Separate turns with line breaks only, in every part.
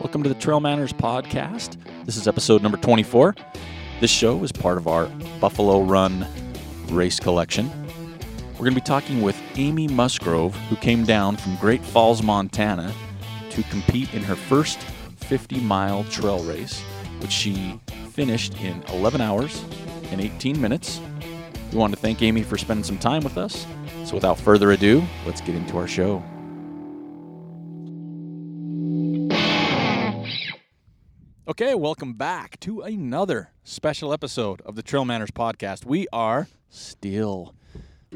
Welcome to the Trail Manners Podcast. This is episode number 24. This show is part of our Buffalo Run race collection. We're going to be talking with Amy Musgrove, who came down from Great Falls, Montana to compete in her first 50 mile trail race, which she finished in 11 hours and 18 minutes. We want to thank Amy for spending some time with us. So without further ado, let's get into our show. Okay, welcome back to another special episode of the Trail Manners Podcast. We are still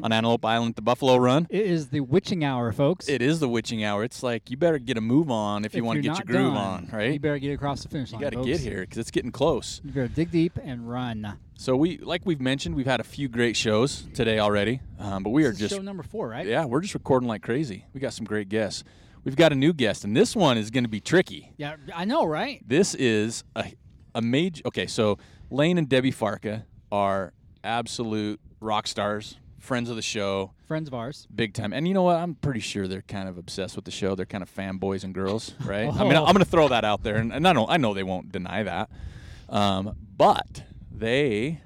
on Antelope Island at the Buffalo Run.
It is the witching hour, folks.
It is the witching hour. It's like you better get a move on if, you want to get your groove on, right?
You better get across the finish
You
line.
got to
folks.
get here because it's getting close.
You better dig deep and run.
So we, like we've mentioned, we've had a few great shows today already, um, but we are
This is
just
show number four, right?
yeah, we're just recording like crazy. We got some great guests. We've got a new guest, and this one is going to be tricky.
Yeah, I know, right?
This is a a major. Okay, so Lane and Debbie Farka are absolute rock stars, friends of the show,
Friends of ours.
big time. And you know what? I'm pretty sure they're kind of obsessed with the show. They're kind of fanboys and girls, right? I
Oh.
mean, I'm going to throw that out there, and, and I know I know they won't deny that. Um, but they,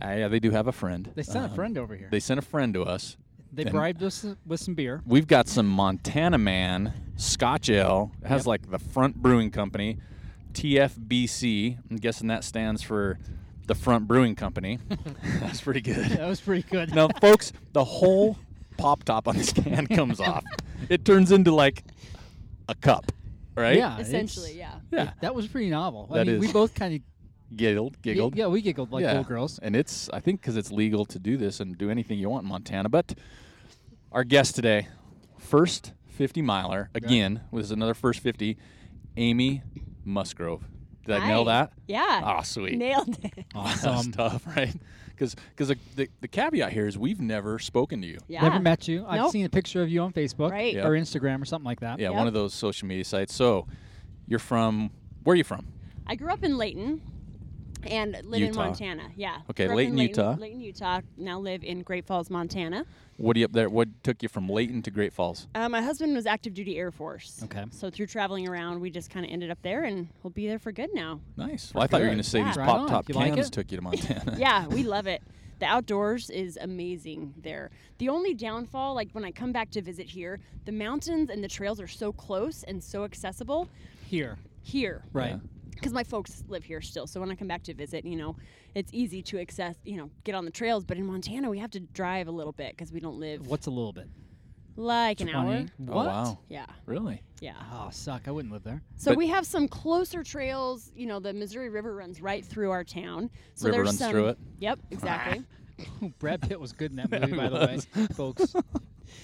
ah, yeah, they do have a friend.
They sent
Um,
a friend over here.
They sent a friend to us.
They,
and-
bribed us with some beer.
We've got some Montana Man Scotch Ale. It has like the Front Brewing Company, TFBC. I'm guessing that stands for the Front Brewing Company. That's pretty good.
That was pretty good.
Now, folks, the whole pop top on this can comes off. It turns into like a cup, right?
Yeah. it's-
Essentially, yeah.
Yeah.
That was pretty novel. I
That
mean,
is.
we both kind of
Giggled, giggled.
Yeah, we giggled like
Yeah.
little girls.
And it's, I think, because it's legal to do this and do anything you want in Montana. But our guest today, first 50 miler, again, was another first 50, Amy Musgrove. Did I nail
Hi.
that?
Yeah.
Ah, sweet.
Nailed it.
That's
Awesome.
tough, right? Because the, the, the caveat here is we've never spoken to you.
Yeah.
Never met you. I've
Nope.
seen a picture of you on Facebook
Right.
Yeah.
or Instagram or something like that.
Yeah,
Yep.
one of those social media sites. So you're from, where are you from?
I grew up in Layton and live in
Utah.
Montana. Yeah.
Okay,
Grew up
Layton,
in Layton,
Utah.
Layton, Utah. Now live in Great Falls, Montana.
What do you up there? What took you from Layton to Great Falls?
Uh, my husband was active duty Air Force.
Okay.
So through traveling around, we just kind of ended up there, and we'll be there for good now.
Nice. Well, I thought you were
good.
going to say
Yeah.
these
Right
pop
on.
top
You like
cans
it?
took you to Montana.
yeah, we love it. The outdoors is amazing there. The only downfall, like when I come back to visit here, the mountains and the trails are so close and so accessible
Here.
here.
Right.
because my folks live here still. So when I come back to visit, you know, it's easy to access, you know, get on the trails. But in Montana, we have to drive a little bit because we don't live
What's a little bit?
like an hour.
20?
Oh,
What?
wow.
Yeah,
Really?
yeah.
Oh, suck. I wouldn't live there.
Ah,
So
But-
we have some closer trails. You know, the Missouri River runs right through our town. So
River
there's
runs
some,
through it? Ah.
Yep, exactly.
Brad Pitt was good in that movie, by the way, folks.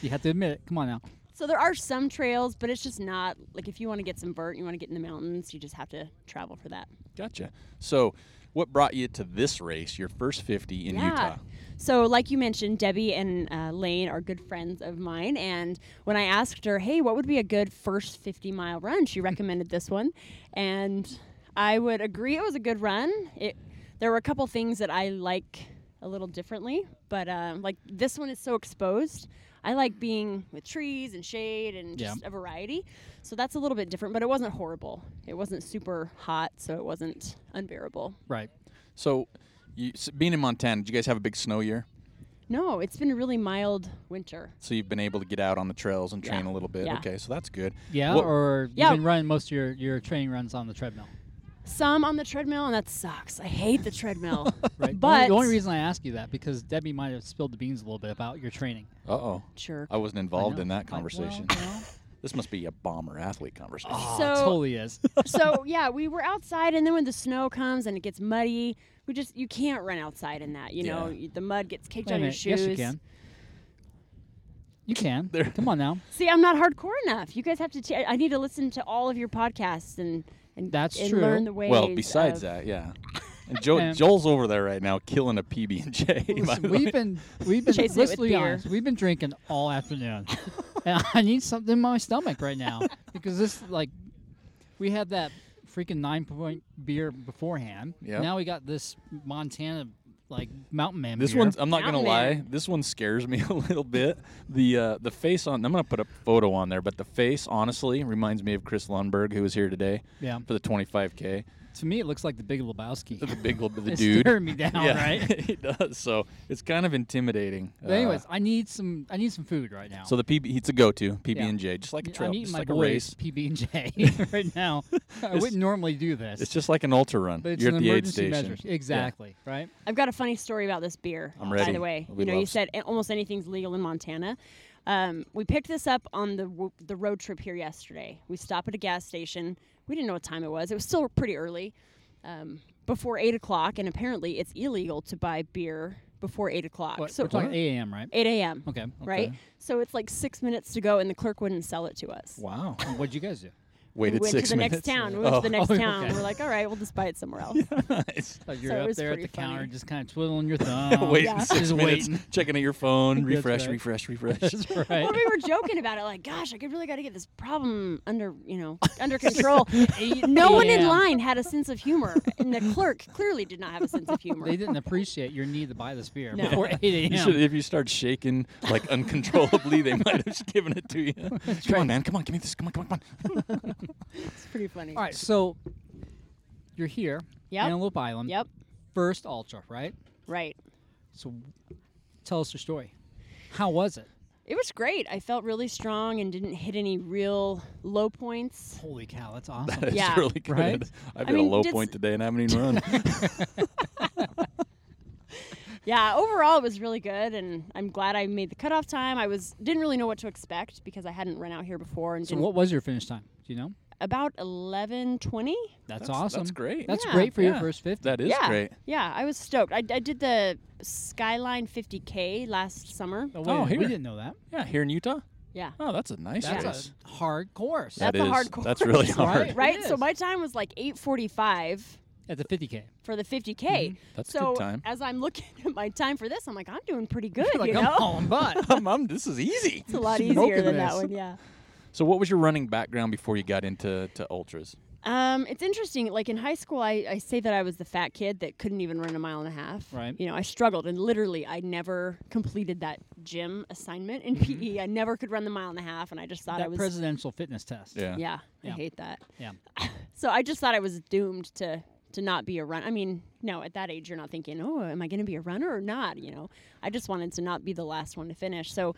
You have to admit it. Come on now.
so there are some trails, but it's just not like if you want to get some vert, and you want to get in the mountains, you just have to travel for that.
Gotcha. So, what brought you to this race, your first 50 in Utah?
So, like you mentioned, Debbie and uh, Lane are good friends of mine. And when I asked her, hey, what would be a good first 50 mile run? She recommended this one. And I would agree it was a good run. It, there were a couple things that I like a little differently, but uh, like this one is so exposed. I like being with trees and shade and
Yeah.
just a variety. So that's a little bit different, but it wasn't horrible. It wasn't super hot, so it wasn't unbearable.
Right.
So, you, s being in Montana, did you guys have a big snow year?
No, it's been a really mild winter.
So, you've been able to get out on the trails and train a
Yeah.
little bit.
Yeah.
Okay, so that's good.
Yeah,
What-
or
Yeah.
you've been running most of your, your training runs on the treadmill.
some on the treadmill, and that sucks. I hate the treadmill.
Right. The only-
But
the only reason I ask you that because Debbie might have spilled the beans a little bit about your training.
uh oh.
jerk.
I wasn't involved
know.
in that
I- well,
conversation.
well.
this must be a bomber athlete conversation.
Oh, it
So-
totally is.
so yeah, we were outside, and then when the snow comes and it gets muddy, we just you can't run outside in that. You know,
Yeah.
You- the mud gets caked
Wait a
on your
minute. Yes,
shoes.
you can. You can.
There-
Come on now.
See, I'm not hardcore enough. You guys have to. T- I need to listen to all of your podcasts and and
That's
and
true.
Learn the ways.
well, besides
of-
that, yeah. And Joe,
Um,
Joel's over there right now killing a PB and
Listen,
J.
we've been we've been
Chasing it
let's be
with beer.
honest, we've been drinking all afternoon, and I need something in my stomach right now because this like we had that freaking nine point beer beforehand.
Yep.
Now we got this Montana like mountain man.
This
beer.
one's um, I'm not gonna
Mountain
lie,
Man.
this one scares me a little bit. The uh, the face on I'm gonna put a photo on there, but the face honestly reminds me of Chris Lundberg who was here today
yeah.
for the 25k.
To me, it looks like the Big Lebowski.
The big little the
It's
dude.
staring me down,
yeah, Uh,
right?
he does. So it's kind of intimidating. uh,
But anyways, I need some. I need some food right now.
so the PB it's a go-to PB and J, just like a
Yeah,
trail,
I'm eating
just
my
like a
boys
race.
PB and J right now. I wouldn't normally do this.
It's just like an ultra run.
but it's
You're
an
at the aid
emergency
station.
measure. Exactly. Right.
I've got a funny story about this beer.
I'm
By
ready.
the way,
We
you know,
love
you
s-
said a- almost anything's legal in Montana. Um, we picked this up on the w- the road trip here yesterday. We stopped at a gas station. We didn't know what time it was. It was still pretty early, um, before eight o'clock, and apparently it's illegal to buy beer before eight o'clock.
What,
so
we're talking a.m. Right.
eight a.m.
Okay.
Right.
Okay.
So it's like six minutes to go, and the clerk wouldn't sell it to us.
Wow.
And What'd you guys do?
Waited
we went
six
to the
minutes.
next town. We went
oh,
to the next
Oh,
town.
okay.
We're like, all right, we'll just buy it somewhere else.
nice.
Like you're
So it
up
was
there at the
pretty
counter,
funny.
just kind of twiddling your thumb,
waiting
yeah.
six
just
minutes,
waiting.
checking at your phone,
That's
refresh,
right.
refresh, refresh,
That's right.
Well, we were joking about it, like, gosh, I could really got to get this problem under, you know, under control. no one in
Yeah.
line had a sense of humor, and the clerk clearly did not have a sense of humor.
They didn't appreciate your need to buy this beer
No.
before 8
You
a.m.
should, if you start shaking like uncontrollably, they might have just given it to you. Come on, man. Come on. Give me this. Come on. Come on. Come on.
It's pretty funny.
All right, so you're here,
Yep.
Antelope Island.
Yep.
First ultra, right?
Right.
So tell us your story. How was it?
It was great. I felt really strong and didn't hit any real low points.
Holy cow, that's awesome.
It's
Yeah.
really good.
Right?
I've
I
hit
mean,
a low
did s-
point today and I haven't even run.
Yeah, overall it was really good, and I'm glad I made the cutoff time. I was didn't really know what to expect because I hadn't run out here before, and
So
didn't-
what was your finish time? Do you know?
about 11:20.
That's-
That's, awesome.
that's great.
That's
Yeah.
great for your
Yeah.
first 50.
that is
yeah,
great.
yeah, I was stoked. I, I did the Skyline 50K last summer.
oh, wait,
Oh,
a minute,
here.
we didn't know that.
Yeah. Here in Utah.
Yeah.
Oh, that's a nice
That's
race.
a hard course
That-
That
That's a
is-
hard
That's
course.
really
Right.
hard.
It
right? So
is.
my time was like 8:45
at the 50K.
for the 50k.
Mm-hmm.
That's a
so
good time.
as I'm looking at my time for this, I'm like, I'm doing pretty good.
You're like,
you
I'm
know,
hauling butt.
I'm, I'm- this is easy.
it's a lot easier
smoking
than that
this.
one. Yeah.
So, what was your running background before you got into to ultras?
Um, it's interesting. Like in high school, I, I say that I was the fat kid that couldn't even run a mile and a half.
Right.
You know, I struggled, and literally, I never completed that gym assignment in PE. I never could run the mile and a half, and I just thought
Mm-hmm.
I
that
was.
presidential fitness test.
Yeah.
yeah, I
Yeah.
hate that.
Yeah.
So I just thought I was doomed to to not be a run. I mean, no, at that age you're not thinking, oh, am I going to be a runner or not? You know, I just wanted to not be the last one to finish. So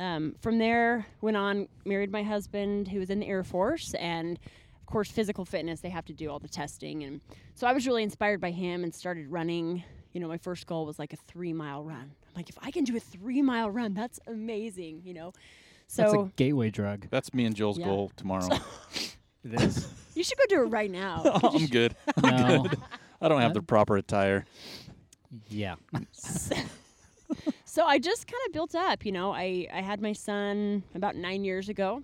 um, from there, went on, married my husband who was in the Air Force, and of course, physical fitness they have to do all the testing, and so I was really inspired by him and started running. You know, my first goal was like a three mile run. I'm like, if I can do a three mile run, that's amazing. You know,
That's
so
a gateway drug.
That's me and Joel's
Yeah.
goal tomorrow.
It is.
you should go do it right now.
I'm good.
no.
I don't have the proper attire.
Yeah.
So I just kind of built up, you know. I, I had my son about nine years ago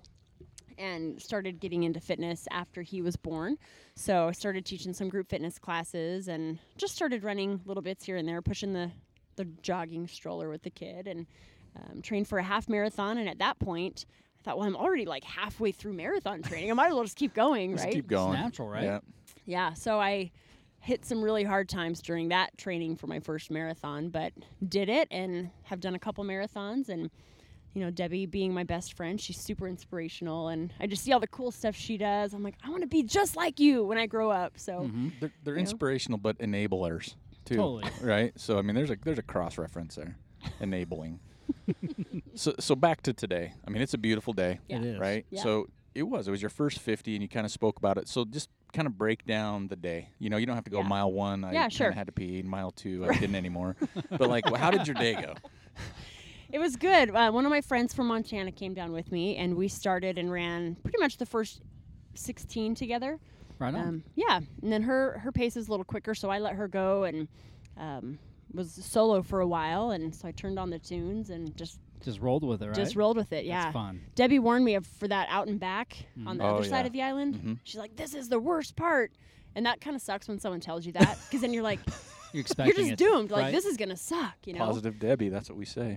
and started getting into fitness after he was born. So I started teaching some group fitness classes and just started running little bits here and there, pushing the, the jogging stroller with the kid and um, trained for a half marathon. And at that point, I thought, well, I'm already like halfway through marathon training. I might as well just keep going,
Just
right?
keep going.
natural, right?
Yeah.
Yeah, so I hit some really hard times during that training for my first marathon, but did it and have done a couple marathons and you know, Debbie being my best friend, she's super inspirational and I just see all the cool stuff she does. I'm like, I want to be just like you when I grow up. So
They're, they're
You know?
inspirational, but enablers too.
Totally.
Right. So I mean, there's a there's a cross reference there, enabling. so so back to today. I mean, it's a beautiful day,
Yeah.
It is.
right?
Yeah.
So it was. It was your first 50, and you kind of spoke about it. So just kind of break down the day. You know, you don't have to go
Yeah.
mile one. I
Yeah,
kinda
sure.
Had to pee. and Mile two, I didn't anymore. but like, well, how did your day go?
It was good. Uh, one of my friends from Montana came down with me, and we started and ran pretty much the first 16 together.
Right on.
Um, yeah, and then her her pace is a little quicker, so I let her go and um, was solo for a while, and so I turned on the tunes and just
just rolled with it, right?
just rolled with it. Yeah,
That's fun. Mm-hmm.
Debbie warned me of for that out and back on the
Oh,
other
yeah.
side of the island.
Mhm.
She's like, "This is the worst part," and that kind of sucks when someone tells you that because then you're like,
You're expecting
"You're just
it,
doomed. Like
right?
this is gonna suck," you know.
Positive Debbie. That's what we say.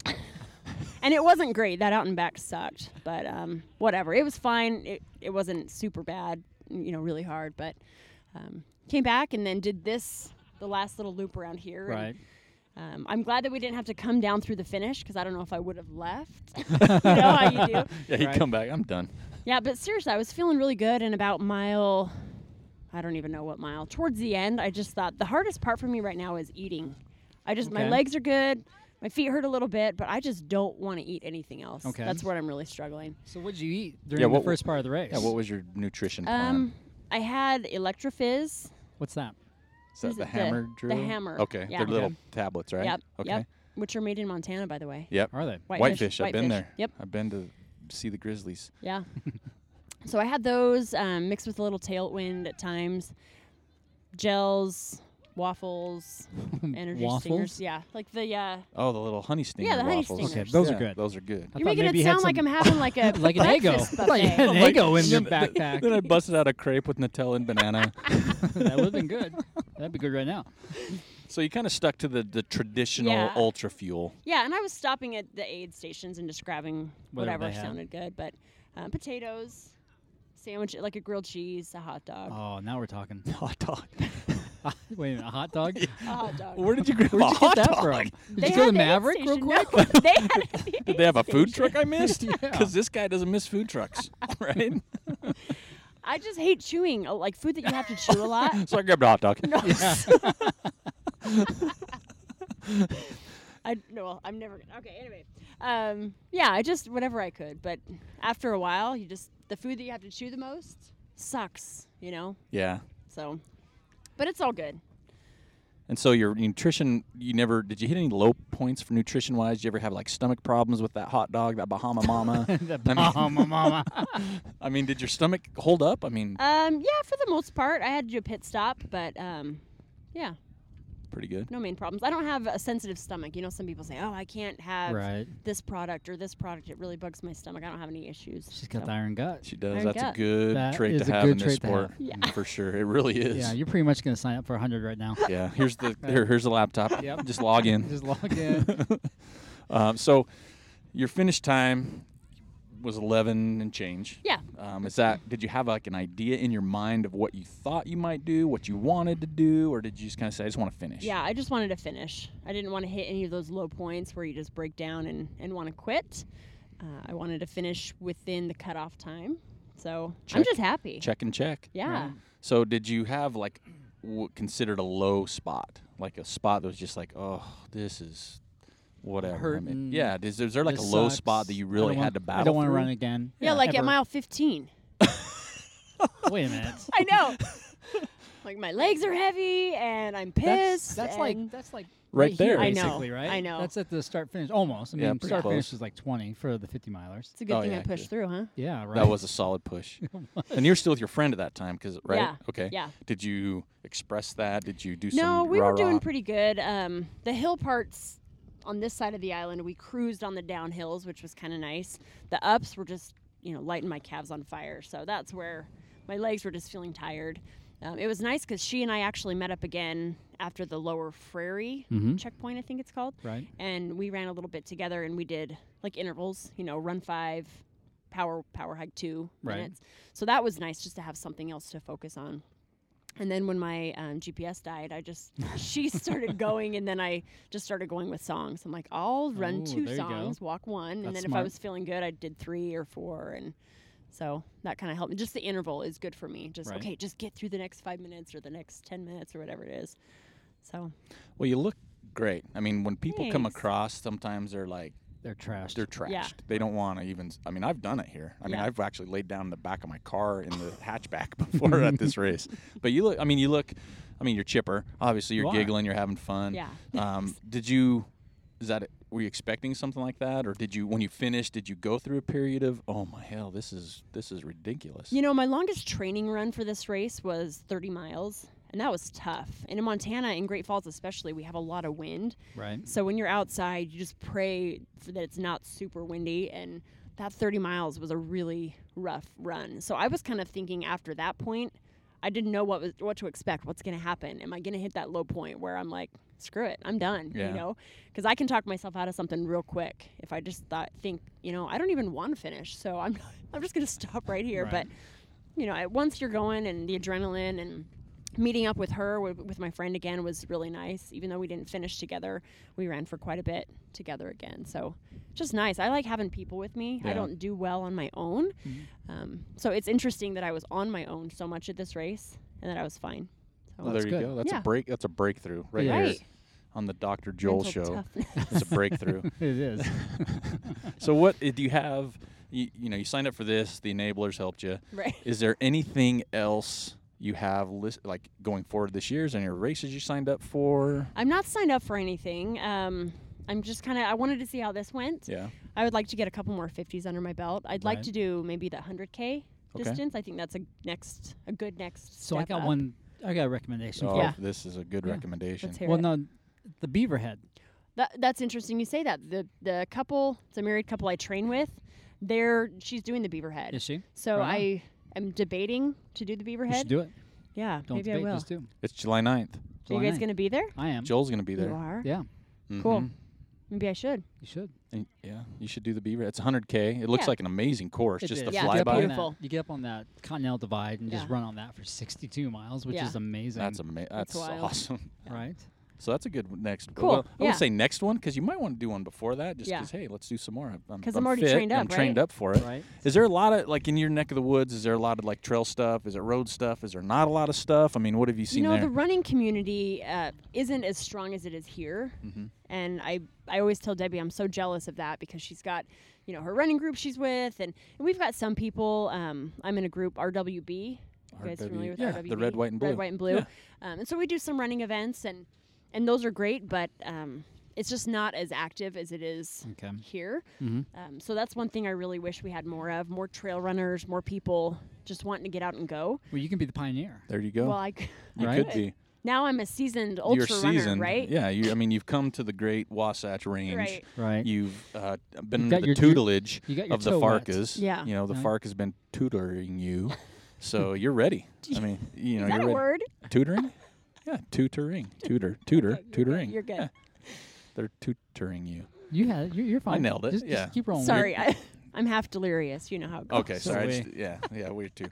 and it wasn't great. That out and back sucked, but um, whatever. It was fine. It, it wasn't super bad, you know, really hard. But um, came back and then did this, the last little loop around here. and,
right.
Um, I'm glad that we didn't have to come down through the finish because I don't know if I would have left. you know how you do.
Yeah, he'd
Right.
come back. I'm done.
Yeah, but seriously, I was feeling really good and about mile I don't even know what mile. Towards the end, I just thought the hardest part for me right now is eating. I just my
Okay.
legs are good, my feet hurt a little bit, but I just don't want to eat anything else.
Okay.
That's what I'm really struggling.
So what'd you eat during
what-
the first part of the race?
Yeah, what was your nutrition plan?
Um I had Electrofizz.
What's that?
Is that
is
the
it the-
hammer
the
drill?
hammer.
Okay,
Yeah.
they're little
Okay.
tablets, right?
Yep.
Okay.
Yep. Which are made in Montana, by the way.
Yep.
Are they?
Whitefish. I've been
Whitefish.
there.
Yep.
I've been to see the grizzlies.
Yeah. so I had those um, mixed with a little tailwind at times, gels, waffles, energy
Waffles?
stingers. Yeah, like the uh,
Oh, the little honey stinger
the honey
waffles.
stingers.
Okay, those
Yeah,
are good.
Those are good.
I
you're
thought
making
maybe
it
you had
sound like
some-
I'm having like a
like an ego,
breakfast
like an
buffet.
ego in your
Then- then- Then I
backpack.
busted out a crepe with Nutella and banana.
that would have been good. That'd be good right now.
so you kind of stuck to the, the traditional
Yeah.
ultra fuel.
Yeah, and I was stopping at the aid stations and just grabbing
Whatever
whatever,
they had.
sounded good, but uh, potatoes, sandwich, like a grilled cheese, a hot dog,
Oh, now we're talking.
Hot dog.
Wait a minute, a hot dog?
a hot dog.
Where did you grab
Where'd
a
you get
hot
that
dog?
from? Uh, Did
They
you go
had
to
the aid
Maverick real
station.
quick?
No, they had an aid
Did they have a food
station.
truck I missed?
Yeah.
Because this guy doesn't miss food trucks, right?
I just hate chewing, uh, like food that you have to chew a lot.
so I grabbed a hot dog.
I no, well, I'm never gonna. Okay, anyway, um, yeah, I just whatever I could, but after a while, you just the food that you have to chew the most sucks, you know.
Yeah.
So, but it's all good.
And so your nutrition, you never did you hit any low points for nutrition wise? Did you ever have like stomach problems with that hot dog, that Bahama Mama?
The
I mean-
Bahama Oh, Mama.
I mean, did your stomach hold up? I mean,
Um, yeah, for the most part, I had to do a pit stop, but um, yeah,
pretty good.
no main problems. I don't have a sensitive stomach. You know, some people say, "Oh, I can't have
Right.
this product or this product; it really bugs my stomach." I don't have any issues.
She's got
so.
the iron gut.
She does.
Iron
That's
gut.
a good
That
trait to
is a
have
good
in this
trait to have.
sport,
Yeah.
for sure. It really is.
Yeah, you're pretty much going to sign up for 100 right now.
Yeah, Here's the here, here's the laptop.
Yep.
Just log in.
Just log in.
Um, so, your finish time was 11 and change.
Yeah.
Um, is that did you have like an idea in your mind of what you thought you might do, what you wanted to do, or did you just kind of say, I just want to finish?
Yeah, I just wanted to finish. I didn't want to hit any of those low points where you just break down and, and want to quit. Uh, I wanted to finish within the cutoff time. So I'm
Check.
just happy.
Check and check.
Yeah.
So did you have like w- considered a low spot, like a spot that was just like, oh, this is whatever. I mean,
Hurting.
yeah. Is, is there like
This
a low
sucks.
spot that you
I
really
don't
had
want-
to battle?
I don't want to
through?
run again.
Yeah, like
Ever.
at mile 15.
Wait a minute.
I know. like my legs are heavy and I'm
That's,
pissed.
that's like
and-
that's like
Right
here,
there. I
know,
basically, right?
I know.
That's at the start finish almost. I mean,
Yeah, pretty
start
close.
finish is like 20 for the 50 milers.
it's a good
Oh,
thing
yeah,
I pushed
good.
through, huh?
Yeah, right.
That was a solid push. and you're still with your friend at that time, because right?
Yeah,
Okay.
yeah.
Did you express that? Did you do some?
No, we were
rah-rah?
doing pretty good. Um, the hill parts on this side of the island, we cruised on the downhills, which was kind of nice. The ups were just, you know, lighting my calves on fire. So that's where my legs were just feeling tired. Um, it was nice because she and I actually met up again after the lower Frary
Mm-hmm.
checkpoint, I think it's called.
Right.
And we ran a little bit together and we did like intervals, you know, run five, power power hike two
Right.
minutes. So that was nice just to have something else to focus on. And then when my um, GPS died, I just she started going, and then I just started going with songs. I'm like, I'll run
Ooh,
two
there you go.
songs, walk one, and
That's
then if I
smart.
was feeling good, I did three or four, and so that kind of helped me. Just the interval is good for me. Just
Right.
okay, just get through the next five minutes or the next ten minutes or whatever it is. So
Well, you look great. I mean, when people come
Thanks.
across, sometimes they're like,
They're trashed.
they're trashed. They don't want to even. I mean, I've done it here. I mean,
Yeah.
I've actually laid down in the back of my car in the hatchback before at this race. But you look. I mean, you look. I mean, you're chipper. Obviously, you're
You are.
giggling. You're having fun.
Yeah.
Um, did you? Is that? Were you expecting something like that, or did you? When you finished, did you go through a period of, oh my hell, this is this is ridiculous?
You know, my longest training run for this race was 30 miles, and that was tough. And in Montana, in Great Falls especially, we have a lot of wind.
Right.
So when you're outside, you just pray for that it's not super windy. And that 30 miles was a really rough run. So I was kind of thinking after that point, I didn't know what was what to expect. What's going to happen? Am I going to hit that low point where I'm like, screw it, I'm done?
Yeah.
You know, because I can talk myself out of something real quick if I just thought think, you know, I don't even want to finish, so I'm I'm just going to stop right here.
Right.
But you know, at- once you're going and the adrenaline and meeting up with her with, with my friend again was really nice even though we didn't finish together we ran for quite a bit together again so just nice i like having people with me
Yeah. Mm-hmm.
i don't do well on my own
Mhm.
um, so it's interesting that i was on my own so much at this race and that i was fine so
Well,
that's
there you
good.
go. That's
Yeah.
a break. That's a breakthrough right
It
here
is.
on the Dr. Joel
mental
show.
toughness.
It's a breakthrough.
It is.
so what uh, do you have? You, you know, you signed up for this. The enablers helped you.
right
Is there anything else you have list, like going forward this year? Is there any races you signed up for?
i'm not signed up for anything um, i'm just kind of i wanted to see how this went
Yeah.
I would like to get a couple more 50s under my belt. I'd
Right.
like to do maybe the 100k
Okay.
distance. I think that's a next a good next
So I
step
got
up.
one. I got a recommendation.
Oh,
for
Yeah.
this is a good
Yeah.
recommendation.
Let's
you.
hear
Well,
it.
no, the Beaverhead.
That, that's interesting you say that. The the couple, it's a married couple I train with. They're she's doing the beaverhead.
Is she?
so
Right
I am debating to do the
You
beaverhead.
should do it.
yeah,
Don't
maybe
debate.
I will.
Just do.
It's July 9th.
Are you
July
guys
9th.
going to be there?
I am.
Joel's going to be there.
You are.
Yeah, Mm-hmm.
Cool.
Mhm.
Maybe I should.
you should.
And- yeah, you should do the beaver. It's 100K. It looks
Yeah.
like an amazing course.
It
just
is.
the
Yeah,
you get up
flyby.
on that-
Beautiful.
You get up on that Continental Divide and just
Yeah.
run on that for 62 miles, which
Yeah.
is amazing.
That's amazing. That's
That's wild.
awesome.
right.
So that's a good w- next.
Cool,
Well, I
yeah.
would say next one because you might want to do one before that, just
Yeah.
because hey, let's do some more. I'm- I'm,
'Cause
I'm
I'm already
fit,
trained
and
up,
I'm trained
right?
up for it. Is
Right.
there a lot of like in your neck of the woods? Is there a lot of like trail stuff? Is there road stuff? Is there not a lot of stuff? I mean, what have you
You
seen
know,
there?
the running community uh, isn't as strong as it is here.
Mhm.
And I, I always tell Debbie I'm so jealous of that because she's got, you know, her running group she's with. And, and we've got some people. Um, I'm in a group, RWB. You guys
RWB.
familiar with
Yeah,
RWB?
the red, white, and blue.
Red, white, and blue.
Yeah.
Um, and so we do some running events, and, and those are great, but um, it's just not as active as it is
Okay.
here.
Mhm.
Mm-hmm.
Um, so that's one thing I really wish we had more of more trail runners, more people just wanting to get out and go.
Well, you can be the pioneer.
there you go.
Well, I. c-
you
Right.
could be.
now I'm a seasoned
You're
ultra
seasoned,
runner, right?
Yeah. You, I mean, you've come to the great Wasatch Range.
Right.
Right.
You've uh, been
You've
under
got
the
your- your-
tutelage
you got your
of the
toe wet.
Farkas.
Yeah.
You know, the
Right.
Fark has been tutoring you, so you're ready. I mean, you know,
Is
you're
that a
ready.
word?
Tutoring? yeah, tutoring. Tutor. Tutor.
Okay, you're good,
tutoring.
you're good.
Yeah. They're tutoring you.
You had. You're, you're fine.
nailed it,
Just,
yeah.
just keep rolling. with
Sorry, I, I'm half delirious. You know how it goes.
Okay,
So
sorry. I
we-
just- yeah, yeah, we're too.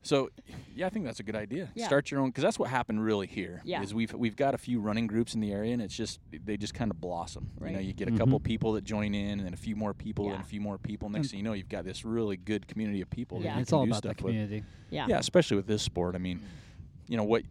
So, yeah, I think that's a good idea.
Yeah.
Start your own, because that's what happened really here.
Yeah.
Is we've we've got a few running groups in the area, and it's just they just kind of blossom. You know,
Right.
you get a
Mm-hmm.
couple people that join in, and then a few more people, and
Yeah.
a few more people. Next thing you know, you've got this really good community of people.
Yeah.
that you
It's
can
all
do
about the
stuff with.
community.
Yeah.
Yeah, especially with this sport. I mean, you know what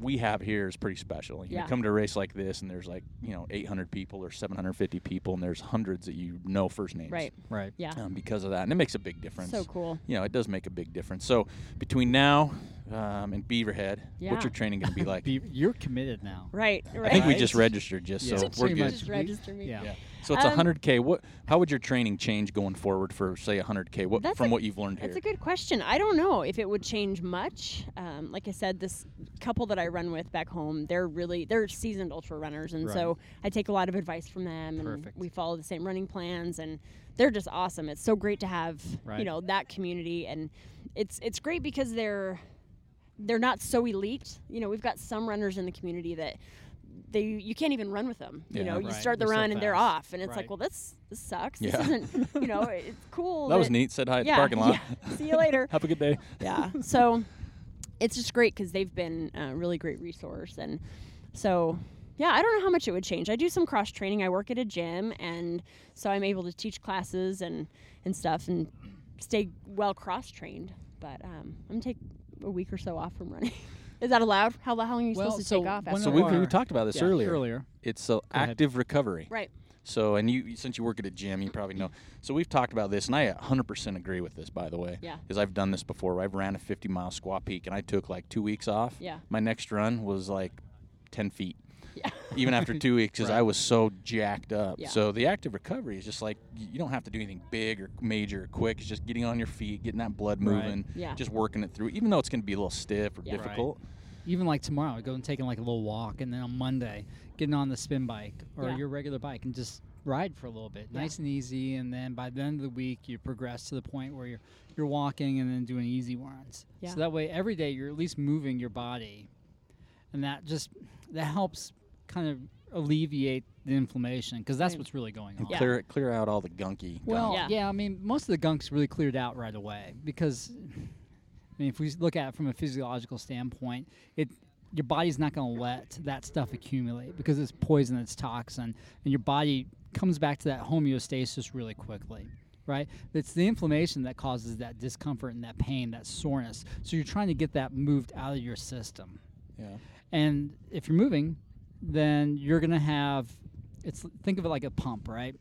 we have here is pretty special. You know,
Yeah.
come to a race like this, and there's like you know 800 people or 750 people, and there's hundreds that you know first names,
Right.
Right.
Yeah.
Um, because of that, and it makes a big difference.
So cool.
You know, it does make a big difference. So between now um, and Beaverhead,
Yeah.
what's your training going to be like?
Be, you're committed now.
Right. Right.
I think we
Right.
just registered, just
Yeah.
so
Pretty
we're good.
much.
Just register me.
Yeah.
Yeah. So it's a
Um,
100k. What? How would your training change going forward for say 100k? What
That's
from
a-
what you've learned here?
That's a good question. I don't know if it would change much. Um, like I said, this couple that I run with back home, they're really they're seasoned ultra runners, and
Right.
so I take a lot of advice from them, and
Perfect.
we follow the same running plans, and they're just awesome. It's so great to have
Right.
you know that community, and it's it's great because they're they're not so elite. You know, we've got some runners in the community that they you can't even run with them. You
Yeah.
know, you
Right.
start the
They're so
run and they're
fast.
off, and it's
Right.
like, well, this this sucks.
Yeah.
This isn't you know it's cool.
that was neat. Said hi at
Yeah,
the parking lot.
yeah. See you later.
Have a good day.
yeah. So it's just great because they've been a really great resource. And so, yeah, I don't know how much it would change. I do some cross training. I work at a gym, and so I'm able to teach classes and, and stuff and stay well cross trained. But um, I'm going to take a week or so off from running. Is that allowed? How, lo- how long are you
Well,
supposed to
so
take off?
one
After
So
of
we,
our-
we talked about this
Yeah,
uh, earlier.
earlier.
It's so
ahead.
active recovery.
right.
So, and you since you work at a gym, you probably know. So we've talked about this, and I 100% agree with this. By the way,
Yeah.
because I've done this before. Where I've ran a 50 mile squat peak, and I took like two weeks off.
Yeah.
My next run was like 10 feet.
Yeah.
Even after two weeks, because I was so jacked up.
Yeah.
So the active recovery is just like y- you don't have to do anything big or major or quick. It's just getting on your feet, getting that blood
Right.
moving,
Yeah.
just working it through. Even though it's going to be a little stiff or
Yeah. Right.
difficult,
Even like tomorrow, go and taking like a little walk, and then on Monday, getting on the spin bike or
Yeah.
your regular bike and just ride for a little bit,
Yeah.
nice and easy. And then by the end of the week, you progress to the point where you're you're walking and then doing easy ones.
Yeah.
So that way, every day you're at least moving your body, and that just that helps kind of alleviate the inflammation because that's
Right.
what's really going on.
and clear clear out all the gunky.
Well,
gunk.
yeah.
Yeah.
I mean, most of the gunk's really cleared out right away because I mean, if we look at it from a physiological standpoint, it your body's not going to let that stuff accumulate because it's poison, it's toxin, and your body comes back to that homeostasis really quickly. Right? It's the inflammation that causes that discomfort and that pain, that soreness. So you're trying to get that moved out of your system.
Yeah.
And if you're moving, then you're going to have it's think of it like a pump, right?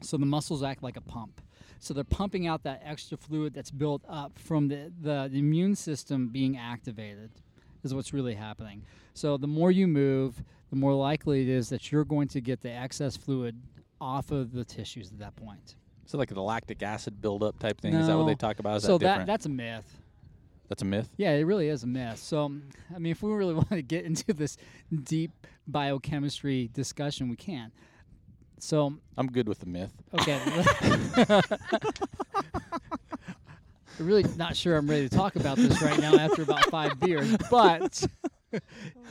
So the muscles act like a pump. So they're pumping out that extra fluid that's built up from the, the, the immune system being activated, is what's really happening. So the more you move, the more likely it is that you're going to get the excess fluid off of the tissues at that point.
So like the lactic acid buildup type thing. Is that what they
No.
talk about? Is
so
that different?
that's a myth.
that's a myth.
Yeah, it really is a myth. So, um, I mean, if we really want to get into this deep biochemistry discussion, we can. So,
I'm good with the myth.
okay. I'm really not sure I'm ready to talk about this right now after about five beers, but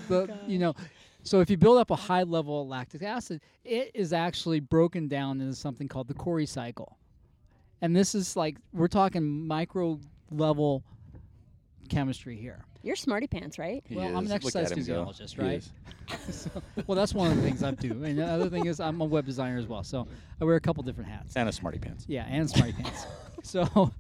the, you know, so if you build up a high level of lactic acid, it is actually broken down into something called the Cori cycle. And this is like, we're talking micro level chemistry here.
You're smarty pants, right?
He
Well, I'm an
is. Look at
exercise
him go.
physiologist,
He
right?
is.
Well, that's one of the things I do. And the other thing is I'm a web designer as well. So I wear a couple different hats.
And a smarty pants.
Yeah, and smarty pants. So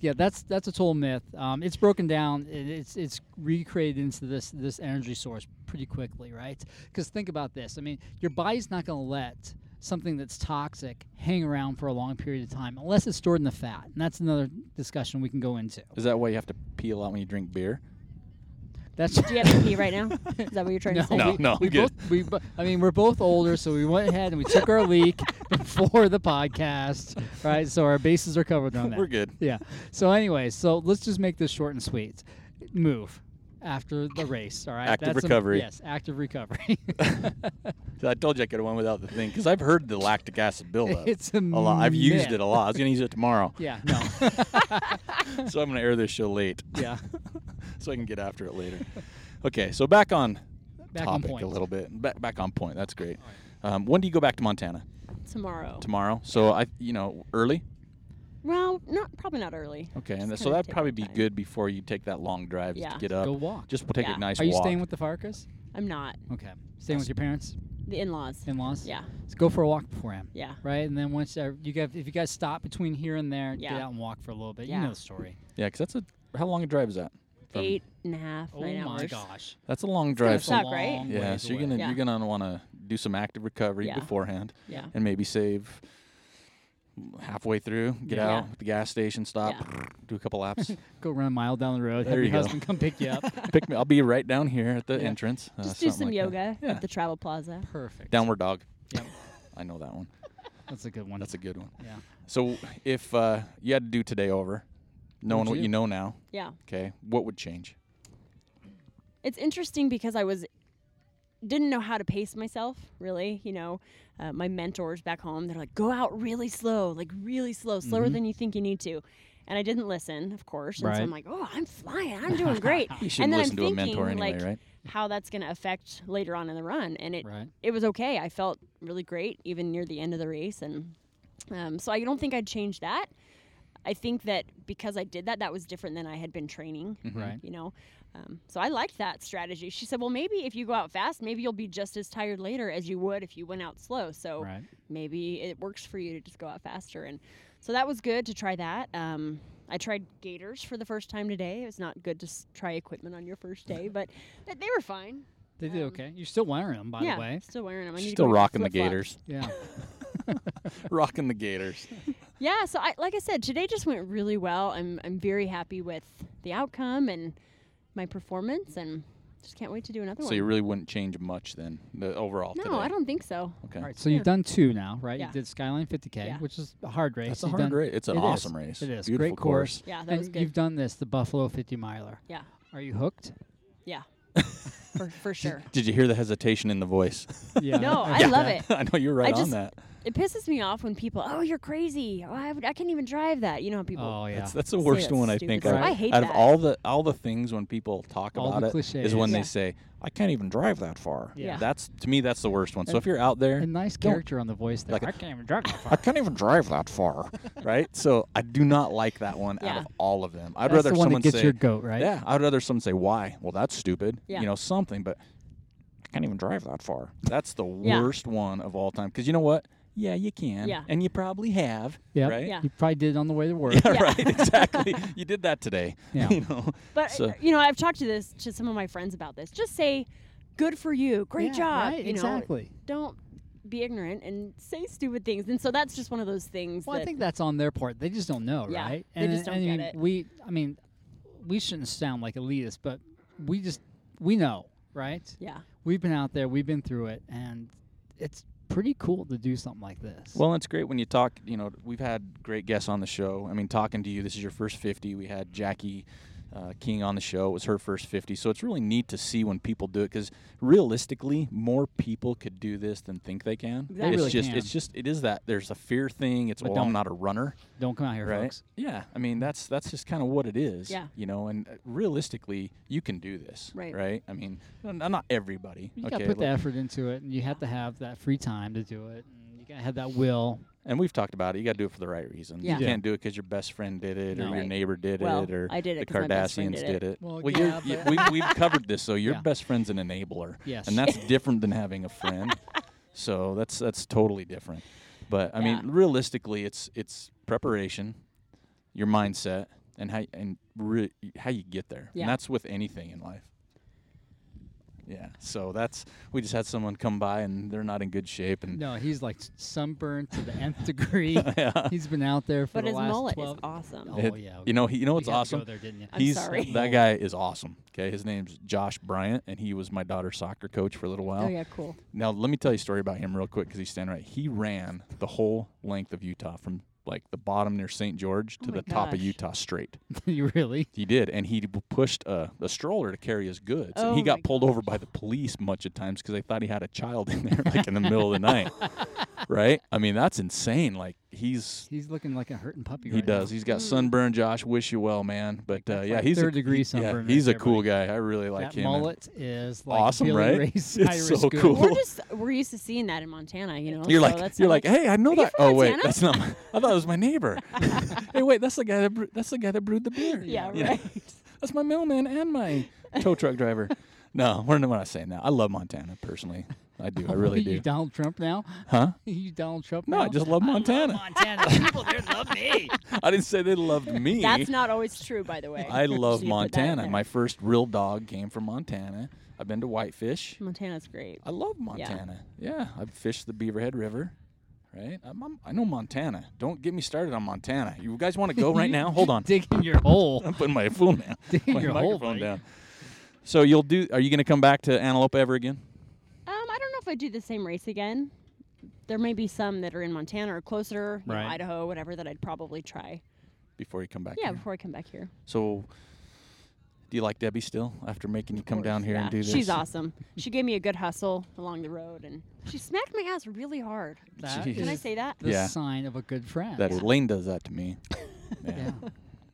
yeah, that's that's a total myth. Um, it's broken down. It, it's it's recreated into this this energy source pretty quickly, right? Because think about this. I mean, your body's not going to let something that's toxic hang around for a long period of time unless it's stored in the fat. And that's another discussion we can go into.
Is that why you have to peel out when you drink beer?
That's
Do you have to pee right now? Is that what you're trying to say?
No.
we, we
good.
Both, we, bo- I mean, we're both older, so we went ahead and we took our leak before the podcast, right? So our bases are covered on that.
We're good.
Yeah. So anyway, so let's just make this short and sweet. Move after the race. All right.
Active
That's im-
recovery.
yes, active recovery.
I told you I could have went without the thing because I've heard the lactic acid buildup.
It's a
lot. I've used
myth.
it a lot. I was going to use it tomorrow,
yeah. No.
so I'm going to air this show late
Yeah.
so I can get after it later. Okay, so back on
Back on
topic
point.
a little bit. Back, back on point. That's great. Um, when do you go back to Montana?
Tomorrow.
Tomorrow. So I, you know, early.
well, not probably not early.
Okay,
Just
and that, so
kinda
that'd
take
probably
the
be
time.
good before you take that long drive. is to
Yeah.
Get up.
Go walk.
Just take
Yeah.
a nice
Are you
walk.
staying with the Farkas?
I'm not.
Okay. Staying with your parents,
The in-laws.
in-laws.
Yeah.
Let's go for a walk beforehand.
Yeah.
Right, and then once uh, you guys, if you guys stop between here and there, get
Yeah.
out and walk for a little bit. You
Yeah.
know the story.
yeah, because that's a how long a drive is that? From-
Eight and a half, nine
oh
hours.
my gosh,
That's a long drive.
That's
so-
a
suck, right?
long
yeah,
ways
so you're
away.
gonna
Yeah.
you're gonna want to do some active recovery
Yeah.
beforehand,
Yeah.
and maybe save halfway through, get
Yeah.
out at the gas station, stop, do a couple laps.
go run a mile down the road.
There you
have your
go.
husband come pick you up.
Pick me. I'll be right down here at the
Yeah.
entrance. uh,
Just do
something
some
like that.
yoga
Yeah.
at the Travel Plaza.
Perfect.
Downward dog.
Yep.
I know that one.
That's a good one.
That's a good one.
yeah.
So if uh, you had to do today over, knowing
would
what
you
you
do?
know now,
Yeah.
okay, what would change?
It's interesting because I was didn't know how to pace myself really you know uh, my mentors back home they're like go out really slow like really slow slower
Mm-hmm.
than you think you need to and i didn't listen of course and so i'm
Right.
like oh i'm flying i'm doing great
You shouldn't
and then
listen
i'm
to a
thinking
mentor anyway,
like
right?
how that's going to affect later on in the run and it
Right.
it was okay i felt really great even near the end of the race and um, so i don't think i'd change that i think that because i did that that was different than i had been training
Mm-hmm.
Right.
you know um, so i liked that strategy she said well maybe if you go out fast maybe you'll be just as tired later as you would if you went out slow so
Right.
maybe it works for you to just go out faster and so that was good to try that um, i tried gaiters for the first time today it was not good to s- try equipment on your first day but but they were fine
They did
Um,
okay. You're still wearing them, by
yeah
the way.
still wearing them I need to
Still
go get
rocking the
flip-flops.
gators.
Yeah.
rocking the gators.
Yeah, so I like I said, today just went really well. I'm I'm very happy with the outcome and my performance and just can't wait to do another
So
one.
you really wouldn't change much then, the overall.
no,
today.
I don't think so.
Okay.
All right. So
Yeah.
you've done two now, right?
Yeah.
You did Skyline 50K,
Yeah.
which is a hard race.
That's a
You've
hard
done-
race. It's an
it is.
awesome race.
It is.
Beautiful
Great course.
Yeah, Oh, that
And
was good.
You've done this, the Buffalo 50 miler.
Yeah.
Are you hooked?
Yeah. for for sure.
Did you hear the hesitation in the voice?
Yeah.
No, I
heard
love
that.
it.
I know you're right
I just
on that.
It pisses me off when people, oh, you're crazy. Oh, I, would, I can't even drive that. You know how people.
Oh yeah.
That's, that's the
Say
worst
that
one I
stupid
think.
stuff.
I've-
I hate
out of
that.
all the all the things when people talk
All the
about it is when
cliches.
they
Yeah.
say, "I can't even drive that far."
Yeah.
That's to me that's the worst one. So if you're out there,
a nice
don't-
character on the voice there.
like a-
I can't even drive that far.
I can't even drive that far, right? So I do not like that one out
Yeah.
of all of them. I'd
That's
rather
the one
someone
that gets
say,
your goat, right?
"Yeah," I'd rather someone say, "Why?" Well, that's stupid.
Yeah.
You know something, but I can't even drive that far. That's the
Yeah.
worst one of all time. Because you know what? Yeah, you can.
Yeah.
And you probably have.
Yep.
Right.
Yeah.
You probably did it on the way to work.
Yeah,
Yeah.
Right. Exactly. you did that today.
Yeah.
You know.
But
So-
uh, you know, I've talked to this to some of my friends about this. Just say, "Good for you, great
Yeah,
job."
Right,
you know,
exactly.
Don't be ignorant and say stupid things. And so that's just one of those things.
Well,
that
I think that's on their part. They just don't know,
Yeah,
right?
they just don't
I
get
mean,
it.
We, I mean, we shouldn't sound like elitists, but we just we know, right?
yeah,
We've been out there, we've been through it, and it's pretty cool to do something like this.
Well, it's great when you talk. You know, we've had great guests on the show. I mean, talking to you, this is your first 50. We had Jackie uh, King on the show. It was her first 50. So it's really neat to see when people do it because realistically, more people could do this than think they can.
They
it's
really
just,
can.
it's just, it is that there's a fear thing. It's,
But
well, I'm
don't.
not a runner,
don't come out here,
right?
folks.
Yeah. I mean, that's, that's just kind of what it is.
Yeah.
You know, and uh, realistically, you can do this.
Right.
Right. I mean, n- not everybody.
You
okay.
gotta put
let-
the effort into it, and you have to have that free time to do it. And you gotta have that will.
And we've talked about it. You got to do it for the right reason.
Yeah.
You
Yeah.
can't do it because your best friend did it, or
No.
your
Right.
neighbor did
Well,
it, or
I did it
the
'cause my best
Kardashians
friend did
did
it.
it.
Well,
you're-
yeah,
you-
but-
we've, we've covered this, so your
Yeah.
best friend's an enabler.
Yes.
And that's different than having a friend. so that's that's totally different. But I
Yeah.
mean, realistically, it's it's preparation, your mindset, and how and re- how you get there.
Yeah.
And that's with anything in life. Yeah. So that's we just had someone come by and they're not in good shape and
No, he's like sunburned to the nth degree.
Yeah.
He's been out there for
but
the
his
last
mullet
12
is awesome.
Oh,
It-
yeah.
You know, he, you know what's
You had to go
awesome?
there, didn't you?
I'm
He's
sorry.
that guy is awesome. Okay, his name's Josh Bryant, and he was my daughter's soccer coach for a little while.
Oh yeah, cool.
Now let me tell you a story about him real quick because he's standing right. He ran the whole length of Utah from like the bottom near St. George to
Oh, my
the top of
gosh.
Utah straight.
you really?
He did, and he b- pushed a, a stroller to carry his goods. and he
Oh my
got pulled over by the police much of times because they thought he had a child in there, like in the middle of the night. Right? I mean, that's insane. Like he's
He's looking like a hurting puppy.
he
right
does.
Now.
He's
Hmm.
got sunburn, Josh. Wish you well, man. But uh,
that's
yeah,
like
he's a,
third degree
he- yeah,
sunburn
he's
right
a
there,
cool
buddy.
guy. I really like
that
him. and-
mullet is like
Awesome,
Billy
right?
Ray
It's
Cyrus
so
Goode.
cool.
We're just we're used to seeing that in Montana, you know.
You're
so
like
that's
you're
not
like, hey, I know
Are you
that.
from
Oh wait,
Montana?"
that's not. My, I thought it was my neighbor. hey, wait, that's the guy that bre- that's the guy that brewed the beer.
yeah,
You know,
right.
That's my mailman and my tow truck driver. No, we're not. We're not saying that. I love Montana personally. I do. I really
you
do.
Donald Trump now?
Huh?
you Donald Trump
No,
now?
I just love Montana.
Montana people there love me.
I didn't say they loved me.
That's not always true, by the way.
I love
Should you put that in
Montana.
there?
My first real dog came from Montana. I've been to Whitefish.
Montana's great.
I love Montana. Yeah, I've fished the Beaverhead River, right? I'm, I'm, I know Montana. Don't get me started on Montana. You guys want to go right now? Hold on.
Dig in your hole.
I'm putting my phone down.
Dig in
my
your hole,
microphone
buddy.
down. So you'll do? Are you going to come back to Antelope ever again?
Um, I don't know if I do the same race again. There may be some that are in Montana or closer, you know,
Right.
Idaho, whatever that I'd probably try.
Before you come back?
Yeah,
here?
before I come back here.
So, do you like Debbie still after making you come
course,
down here
yeah.
and do this?
She's awesome. She gave me a good hustle along the road, and she smacked my ass really hard.
That
Jeez.
Can I
is
say that?
The
Yeah.
sign of a good friend.
That is, Lane does that to me.
Yeah.
Yeah.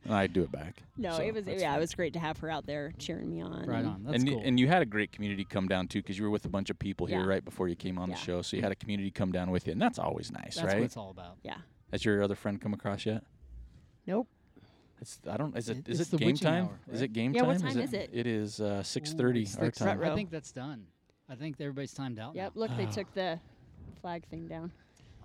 And I do it back.
No,
So
it was
that's
yeah,
fine.
it was great to have her out there cheering me on.
Right
and-
on. That's
and, y-
cool.
and you had a great community come down too, because you were with a bunch of people here
Yeah.
right before you came on
Yeah.
the show. So you had a community come down with you, and that's always nice,
That's what
right?
it's all about.
Yeah.
Has your other friend come across yet?
Nope.
It's I don't. Is it
It-
is
it's
it
the
game
witching
time?
hour,
Is
right?
it game
Yeah,
time?
what time is it?
It is uh, six
Ooh,
thirty
it's
our
six-
time.
I
row.
think that's done. I think everybody's timed out.
Yep.
now. Ah.
Look, they took the flag thing down.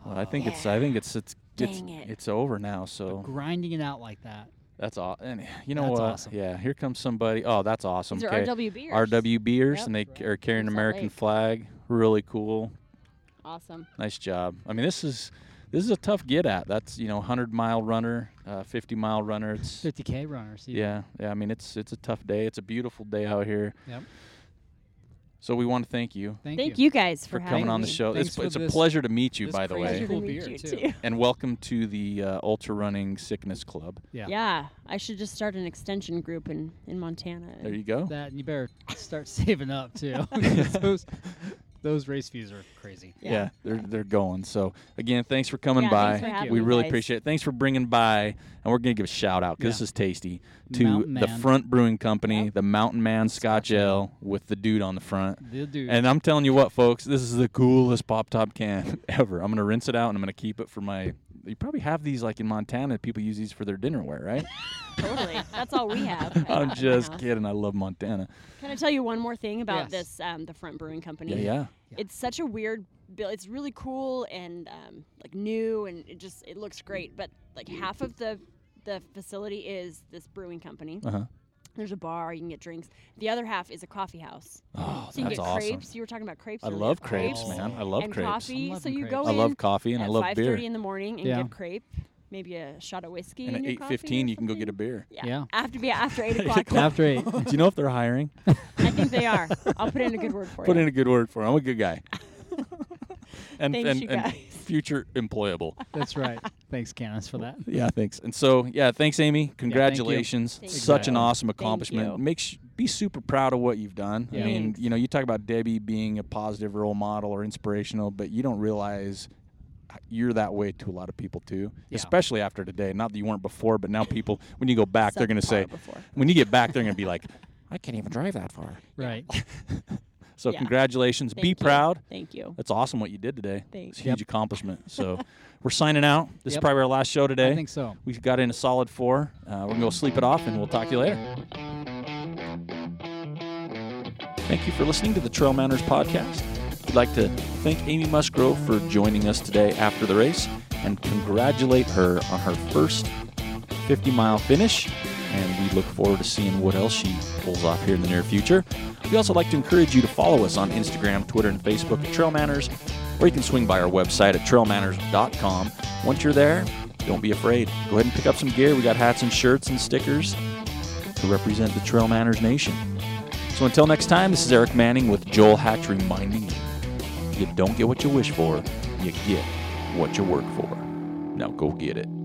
Well, I think it's I think it's it's it's,
Dang it.
it's over now. So
Grinding it out like that.
that's all. And you know
That's
what?
awesome.
Yeah, here comes somebody. Oh, that's awesome.
These are
'Kay.
RW beers.
RW beers,
Yep.
and they c- are carrying an
From Salt
American
Lake.
flag. Really cool.
Awesome.
Nice job. I mean, this is this is a tough get at. That's you know, hundred mile runner, uh, fifty mile runner. It's
50K runners. even.
yeah, yeah. I mean, it's it's a tough day. It's a beautiful day out here.
Yep.
So we want to thank you
Thank,
Thank, you. guys for,
for
having
coming on the
me.
show.
Thanks
it's
for
it's a
this-
pleasure to meet you,
This
by the
crazy
way,
Pleasure to
Cool
meet
beer,
you
too.
too.
and welcome to the uh, Ultra Running Sickness Club.
Yeah.
Yeah, I should just start an extension group in in Montana.
There you go.
That and you better start saving up too. 'Cause those those race fees are crazy.
Yeah. they're they're going. So again, thanks for coming
Yeah,
by.
thanks for having
we
me,
really
guys.
appreciate it. Thanks for bringing by, and we're gonna give a shout out because this
Yeah.
is tasty to
Mountain
the
Man.
Front Brewing Company, the Mountain Man Scotch Ale with the dude on the front.
The dude.
And I'm telling you what, folks, this is the coolest pop top can ever. I'm gonna rinse it out and I'm gonna keep it for my. You probably have these like in Montana. People use these for their dinnerware, right?
totally. That's all we have. at
I'm
my
just
house.
kidding. I love Montana.
Can I tell you one more thing
Yes.
about this, um, the Front Brewing Company?
Yeah, yeah.
It's such a weird bill. It's really cool and um, like new, and it just it looks great. But like half of the the facility is this brewing company.
Uh huh.
There's a bar, you can get drinks. The other half is a coffee house.
Oh,
So you can
that's
get
awesome.
crepes. You were talking about crepes.
I
earlier.
love crepes,
crepes
man. I love
and
crepes.
coffee.
I'm
So
loving
you go
crepes.
I
in
love coffee and I
at
love beer.
5:30 in the morning and
Yeah.
get crepe, maybe a shot of whiskey.
And
in
at
your
eight
coffee or
fifteen, you can go get a
something.
beer.
Yeah.
Yeah.
Have to be after eight o'clock.
After eight.
Do you know if they're hiring?
I think they are. I'll put in a good word for
Put
you.
in a good word for. 'em. I'm a good guy. and
Thanks,
and,
you
and
guys.
future employable.
That's right. Thanks, Canis, for that.
Yeah, thanks. And so, yeah, thanks, Amy. Congratulations.
Thank you.
Such an
Exactly.
awesome accomplishment.
you.
Make sh- be super proud of what you've done. I
Yeah.
mean,
Thanks.
you know, you talk about Debbie being a positive role model or inspirational, but you don't realize you're that way to a lot of people too,
Yeah.
especially after today. Not that you weren't before, but now people, when you go back, they're going to say,
Subpar before.
when you get back, they're going to be like, I can't even drive that far.
Right.
So,
Yeah.
congratulations.
Thank
be
you.
proud.
Thank you.
That's awesome what you did today.
Thanks.
It's a huge accomplishment. So we're signing out. This is
Yep.
probably our last show today.
I think so.
We got in a solid four. Uh, we're going to go sleep it off, and we'll talk to you later. Thank you for listening to the Trail Manners Podcast. We'd like to thank Amy Musgrove for joining us today after the race and congratulate her on her first 50 mile finish. And we look forward to seeing what else she pulls off here in the near future. We also like to encourage you to follow us on Instagram, Twitter, and Facebook at Trail Manners, or you can swing by our website at trailmanners.com. Once you're there, don't be afraid. Go ahead and pick up some gear. We got hats and shirts and stickers to represent the Trail Manners Nation. So until next time, this is Eric Manning with Joel Hatch reminding you you don't get what you wish for, you get what you work for. Now go get it.